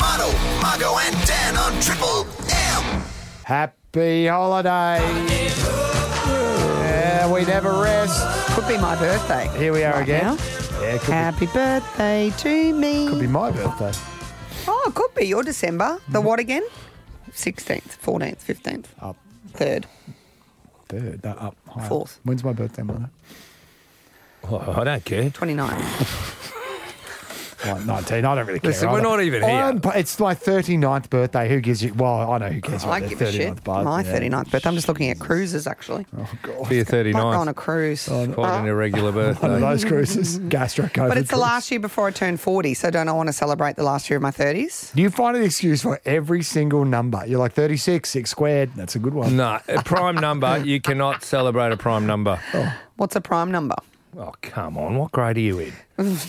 Mardo, Margo, and Dan on Triple M. Happy holiday. Yeah, we never rest. Could be my birthday. Here we are Right again. now. Yeah, it could be, Happy birthday to me. could be my birthday. Oh, it could be your December. The what again? 16th, 14th, 15th, Up 3rd. third, no, up higher. Fourth. When's my birthday, Mona? Oh, I don't care. 29th. Like 19. I don't really care. Listen, we're either. not even here. I'm, it's my 39th birthday. Who gives you? Well, I know who cares. I about give their a 39th shit. birthday. My Yeah. 39th birthday. I'm just looking at cruises, actually. Oh, God. Be a Might go on 39. a cruise. Ah. Quite an irregular One of birthday. those cruises. Gastro COVID. But it's the cruise. last year before I turn 40, so don't I want to celebrate the last year of my 30s? You find an excuse for every single number. You're like 36, 6 squared. That's a good one. No, a prime number. You cannot celebrate a prime number. What's a prime number? Oh, come on. What grade are you in?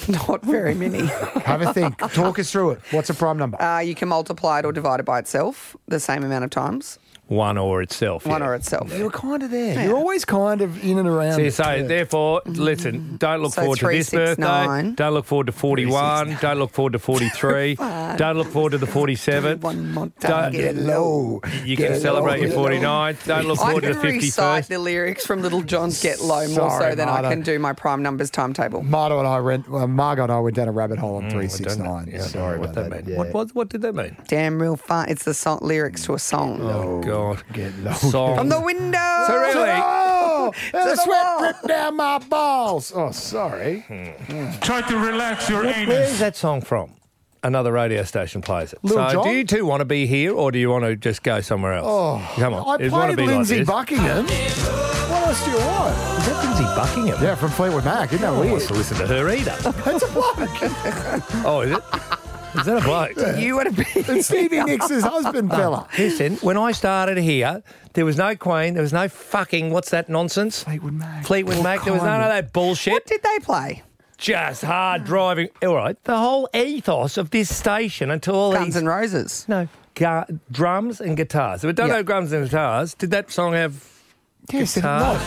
Not very many. Have a think. Talk us through it. What's a prime number? uh, you can multiply it or divide it by itself the same amount of times, One or itself. one yeah. or itself. you were kind of there. Yeah. You're always kind of in and around. See, it. so Yeah. therefore, listen. Don't look Mm-hmm. So forward three, to this six, birthday. nine. Don't look forward to forty-one. do Don't look forward to forty-three. don't look forward to the forty-seven. One more Don't- time. Get low. low. You Get can low, celebrate your get low. 49th. Don't look I forward to can the recite 51st. the lyrics from Little John's Get Low more Sorry, so than Marta. I can do my prime numbers timetable. Margot and I went. Well, Margot and I went down a rabbit hole on three I six Mm, don't know. nine. uh, Yeah, I don't know what that, meant. What, what, what did that mean? Damn real fun. It's the song lyrics to a song. Oh, God. Get low. Song. From the window. So really- Oh, and the the sweat wall. dripped down my balls. Oh, sorry. Try to relax your Where's anus. that song from? Another radio station plays it. Lil so, Jon? do you two want to be here, or do you want to just go somewhere else? Oh, come on! I It'd wanna played be like Lindsay this. Buckingham. What else do you want? Is that Lindsay Buckingham? Yeah, from Fleetwood Mac. Isn't that No one weird? wants to listen to her either. That's a bloke. oh, is it? Is that a bloke? You would have been. It's Stevie Nicks' husband, fella. Listen, when I started here, there was no Queen, there was no fucking what's that nonsense? Fleetwood Mac. Fleetwood Paul Mac. There was none of Simon. that bullshit. What did they play? Just hard driving. All right, the whole ethos of this station until all Guns these and Roses. no gu- drums and guitars. If we don't Yeah. know drums and guitars, did that song have? Yes, it Guitar. was.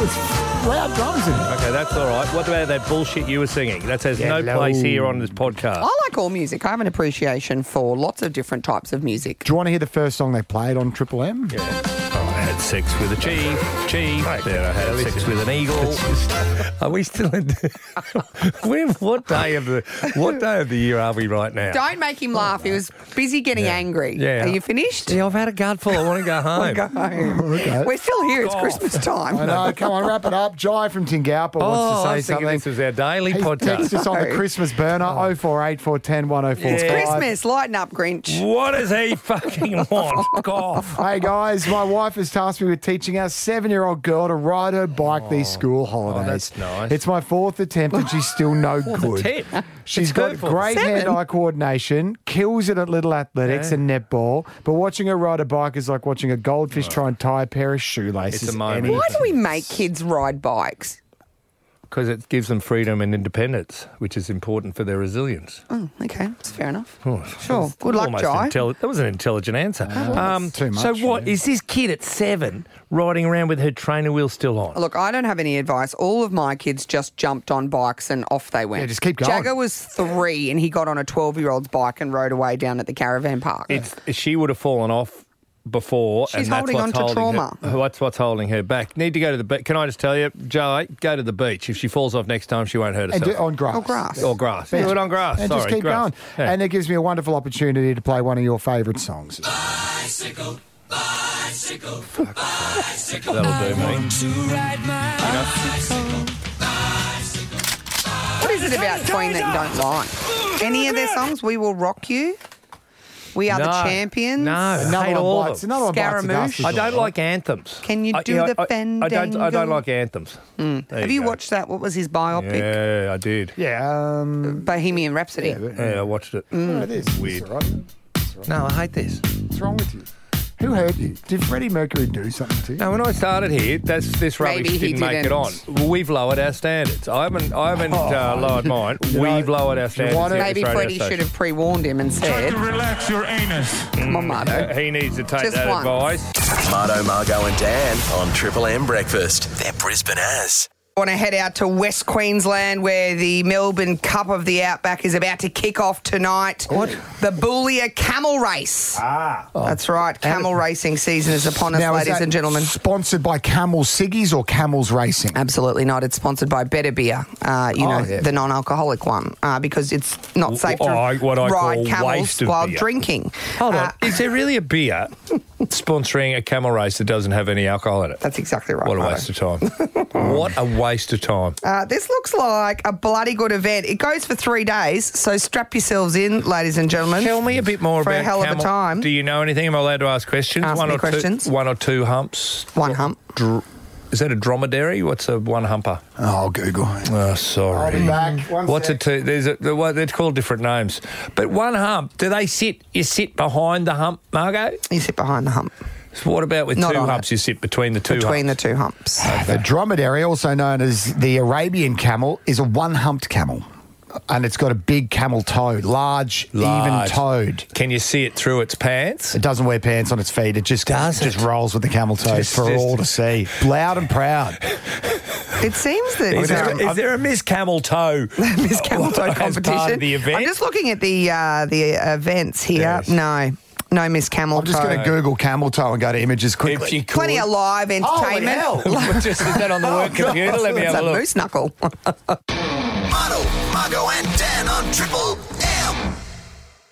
It's loud drums in it. Okay, that's all right. What about that bullshit you were singing? That has no Hello. place here on this podcast. I like all music. I have an appreciation for lots of different types of music. Do you want to hear the first song they played on Triple M? Yeah. Oh, I had sex with a chief. Chief. Then I had sex with an eagle. are we still in? Where, what day of the What day of the year are we right now? Don't make him laugh. He was busy getting angry. Yeah. Are you finished? Yeah, I've had a gutful. I want to go home. Go home. We're still here. It's Christmas I time. know. Come on, wrap it up. Jai from Tingalpa wants Oh, to I say was thinking something. this was our daily He's podcast. texted us on the Christmas burner 048 410 1045. Oh. It's Christmas. Lighten up, Grinch. What does he fucking want? Fuck off. Hey guys, my wife has tasked me with teaching our seven-year-old girl to ride her bike these school holidays. Oh. that's nice. It's my fourth attempt and she's still no good. attempt? She's It's got hurtful. great Seven? hand-eye coordination, kills it at little athletics and netball, but watching her ride a bike is like watching a goldfish try and tie a pair of shoelaces. Oh. It's a moment. Any- Why do we make kids ride bikes? Because it gives them freedom and independence, which is important for their resilience. Oh, okay. That's fair enough. Sure. Good luck, Jai. Oh, that was an intelligent answer. um, too much, so what is yeah. this kid at seven riding around with her trainer wheel still on? Look, I don't have any advice. All of my kids just jumped on bikes and off they went. Yeah, just keep going. Jagger was three and he got on a 12 year old's bike and rode away down at the caravan park. It's she would have fallen off before. She's and that's holding what's on to holding trauma. Mm-hmm. Her, that's what's holding her back. Need to go to the beach. Can I just tell you, Joe? Go to the beach. If she falls off next time, she won't hurt and herself. do, on grass. Oh, grass. or grass. Bench. Do it on grass. And Sorry, just keep grass. going. Yeah. And it gives me a wonderful opportunity to play one of your favourite songs. that'll do me. what is it about Queen that you don't like? Any of their songs? We Will Rock You? We Are the No. Champions? No. Another hate one all of bites. them. Another one bites the Scaramouche. dust is I all don't right. like anthems. Can you I- do the I, I, I don't. I don't Fandango? Mm. like anthems. Have you watched that? What was his biopic? Yeah, I did. Yeah. Um, Bohemian Rhapsody. yeah, but, Yeah, I watched it. Mm. it is. It's Weird. all right. No, I hate this. What's wrong with you? Who hurt you? Did Freddie Mercury do something to you? Now, when I started here, that's, this rubbish Maybe he didn't make it on. didn't. We've lowered our standards. I haven't, I haven't uh, lowered mine. You know, We've lowered our you know standards. what? here at Maybe this radio Freddie should station. have pre warned him and Try said, to relax your anus. Come on, Mardo. Uh, He needs to take Just that once. advice. Mardo, Margo, and Dan on Triple M Breakfast. They're Brisbane as. want to head out to West Queensland where the Melbourne Cup of the Outback is about to kick off tonight. What? The Boolia Camel Race. Ah. That's right. Camel racing season is upon us, Now, is ladies that and gentlemen. Sponsored by Camel Siggies or Camels Racing? Absolutely not. It's sponsored by Better Beer, uh, you Oh, know, yeah. the non alcoholic one, uh, because it's not safe to I- what I ride call camels waste of while beer. drinking. Hold Uh, on. Is there really a beer sponsoring a camel race that doesn't have any alcohol in it? That's exactly right. What a Marto. waste of time. what a waste of time. Uh, this looks like a bloody good event. It goes for three days, so strap yourselves in, ladies and gentlemen. Tell me a bit more For a about hell of a camel. time. Do you know anything? Am I allowed to ask questions? Ask one me or questions. two one or two humps. One hump. Dr- is that a dromedary? What's a one humper? Oh, Google. Oh, sorry. I'll be back. Mm-hmm. One What's sec. a two? There's a the one- they're called different names. But one hump. Do they sit? You sit behind the hump, Margot. You sit behind the hump, So what about with Not two on it. humps? You sit between the two. between the humps? two humps. The dromedary, also known as the Arabian camel, is a one humped camel. And it's got a big camel toe, large, Large. even toed. Can you see it through its pants? It doesn't wear pants on its feet. It just Does just it? rolls with the camel toe Just- for just- all to see. Loud and proud. It seems that Is there, um, is there a Miss Camel Toe? Miss Camel Toe as part of competition. the event? I'm just looking at the uh, the events here. Yes. No, no Miss Camel I'm just Toe. going to Google camel toe and go to images quickly. If you could. Plenty of live entertainment. Just is that on the work Oh, computer? Let me It's have a a look. moose knuckle. Mono, Margo, and Dan on Triple M.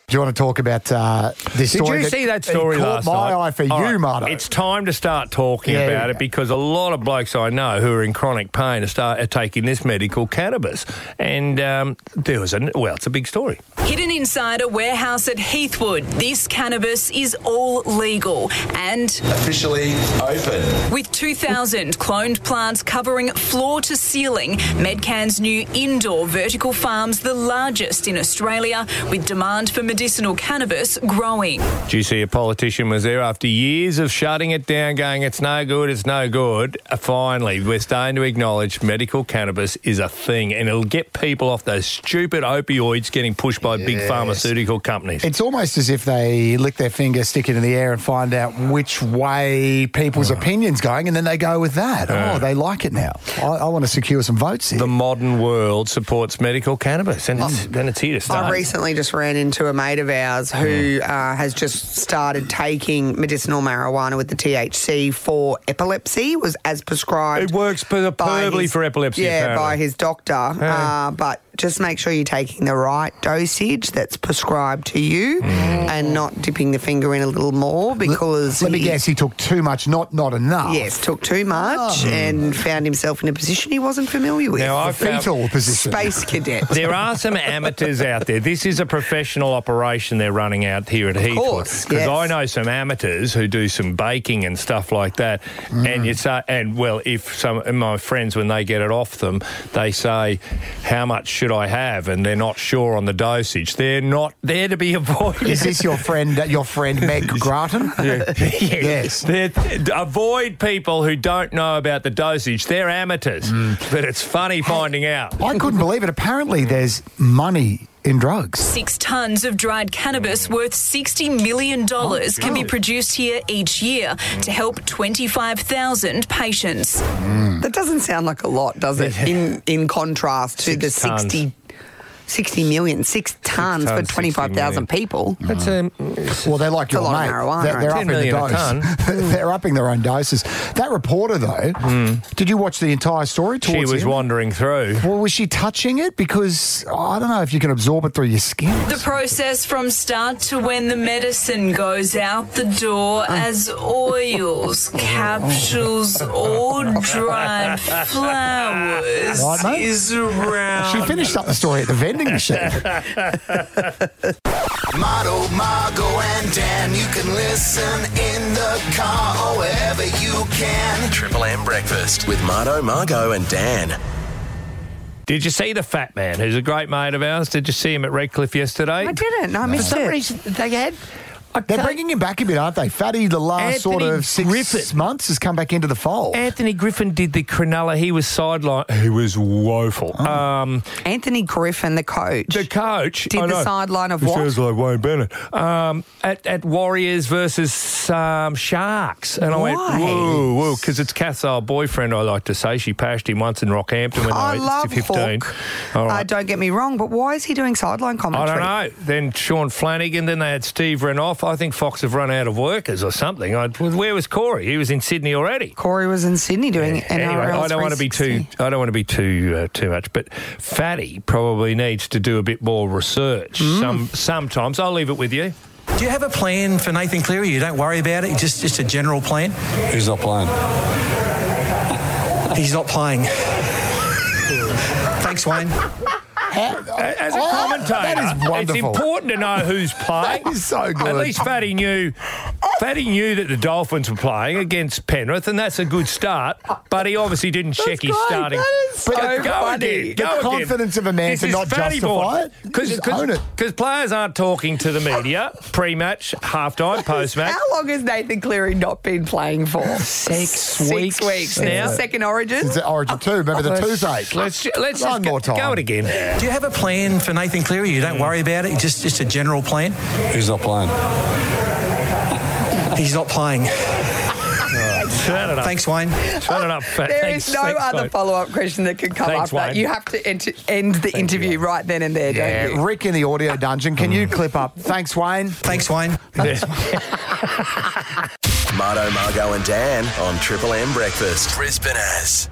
Do you want to talk about uh, this Did story? you see that story it caught last my night? eye for All you, right, Marto. It's time to start talking Yeah, about yeah. it because a lot of blokes I know who are in chronic pain are, start, are taking this medical cannabis, and um, there was a well, it's a big story. Hidden inside a warehouse at Heathwood, this cannabis is all legal and officially open. with 2,000 cloned plants covering floor to ceiling, Medcan's new indoor vertical farm's the largest in Australia, with demand for medicinal cannabis growing. Do you see a politician was there after years of shutting it down, going, it's no good, it's no good? Uh, Finally, we're starting to acknowledge medical cannabis is a thing and it'll get people off those stupid opioids getting pushed by big pharmaceutical companies. It's almost as if they lick their finger, stick it in the air, and find out which way people's opinions going, and then they go with that. oh, they like it now. I, I want to secure some votes here. the modern world supports medical cannabis and it's, and it's here to stay. I recently just ran into a mate of ours who uh, has just started taking medicinal marijuana with the THC for epilepsy. Was as prescribed. It works per- by superbly for epilepsy, Yeah, by apparently. his doctor. Uh, but just make sure you're taking the right dosage that's prescribed to you, Mm. and not dipping the finger in a little more because Let me he- guess, he took too much, not not enough. Yes, took too much and found himself in a position he wasn't familiar with. Oh. Now, I found- Fetal position. Space cadet. There are some amateurs out there. This is a professional operation they're running out here at Heathwood. course, Because yes. I know some amateurs who do some baking and stuff like that. And you say, and well, if some of my friends, when they get it off them, they say, "How much should I have?" and they're not sure on the dosage. They're not there to be avoided. Is this your friend? uh, Your friend Meg Grattan? yes. Avoid people who don't know about the dosage. They're amateurs, but it's funny finding out. I couldn't believe it. Apparently, there's money in drugs. Six tons of dried cannabis worth $60 million Oh, can be produced here each year to help 25,000 patients. That doesn't sound like a lot, does it? In in contrast to the Six tons. 60, 60 million, six tons, tons, for 60 25,000 million. people. That's um, Well, they're like a your lot mate. of marijuana, they're, right? they're 10 upping the million a dose. they're upping their own doses. That reporter, though, did you watch the entire story? Hmm. she towards was the end? wandering through. Well, was she touching it? Because I don't know if you can absorb it through your skin. The process from start to when the medicine goes out the door as oils, Oh. capsules, all dried flowers Right, mate? is around. She finished up the story at the vending machine. Mono, Margo, and Dan. You can listen in the car or wherever you can. Triple M Breakfast with Marto, Margo, and Dan. Did you see the fat man, who's a great mate of ours? Did you see him at Redcliffe yesterday? I didn't. No, I missed it. Reason- They had. They're bringing him back a bit, aren't they? Fatty, the last sort Anthony of six Griffin. months, has come back into the fold. Anthony Griffin did the Cronulla. He was sidelined. He was woeful. Oh. Um, Anthony Griffin, the coach. the coach Did I the know. sideline of He what? Sounds like Wayne Bennett. Um, at, at Warriors versus um, Sharks, and I Why? went whoa, whoa, because it's Kath's old boyfriend. I like to say she pashed him once in Rockhampton when I was love fifteen. Hawk. All Uh, right. don't get me wrong, but why is he doing sideline I commentary? don't know. Then Sean Flanagan. Then they had Steve Renoff. I think Fox have run out of workers or something. I, where was Corey? He was in Sydney already. Corey was in Sydney doing NRL. Anyway, I don't want to be too. 360. I don't want to be too uh, too much. But Fatty probably needs to do a bit more research. Some sometimes I'll leave it with you. Do you have a plan for Nathan Cleary? You don't worry about it. Just just a general plan. He's not playing. He's not playing. Thanks, Wayne. A- As a commentator, Oh, that is wonderful. it's important to know who's playing. That is so good. At least Fatty knew. Fatty knew that the Dolphins were playing against Penrith, and that's a good start. But he obviously didn't check his great. starting. That is so funny. again, The go again. confidence of a man This to is not Fatty justify boy. it. Just own it. Because players aren't talking to the media pre-match, halftime, post-match. How long has Nathan Cleary not been playing for? Six, weeks weeks. Since now. the second origin. It's the Origin 2, remember Oh, the Let's- toothache. Let's ju- let's One just more go, time. go it again. Do you have a plan for Nathan Cleary? You don't worry about it. Just just a general plan. Hmm. He's not playing. He's not playing. Turn it up. Thanks, Wayne. Turn it up. Fat. There Thanks, is no thanks, other mate. follow-up question that could come Thanks, after Wayne. that. You have to ent- end the interview right then and there, don't you? Rick in the audio dungeon, can Hmm. you clip up? Thanks, Wayne. Thanks, Wayne. Marto, Margo, and Dan on Triple M Breakfast. Brisbane as.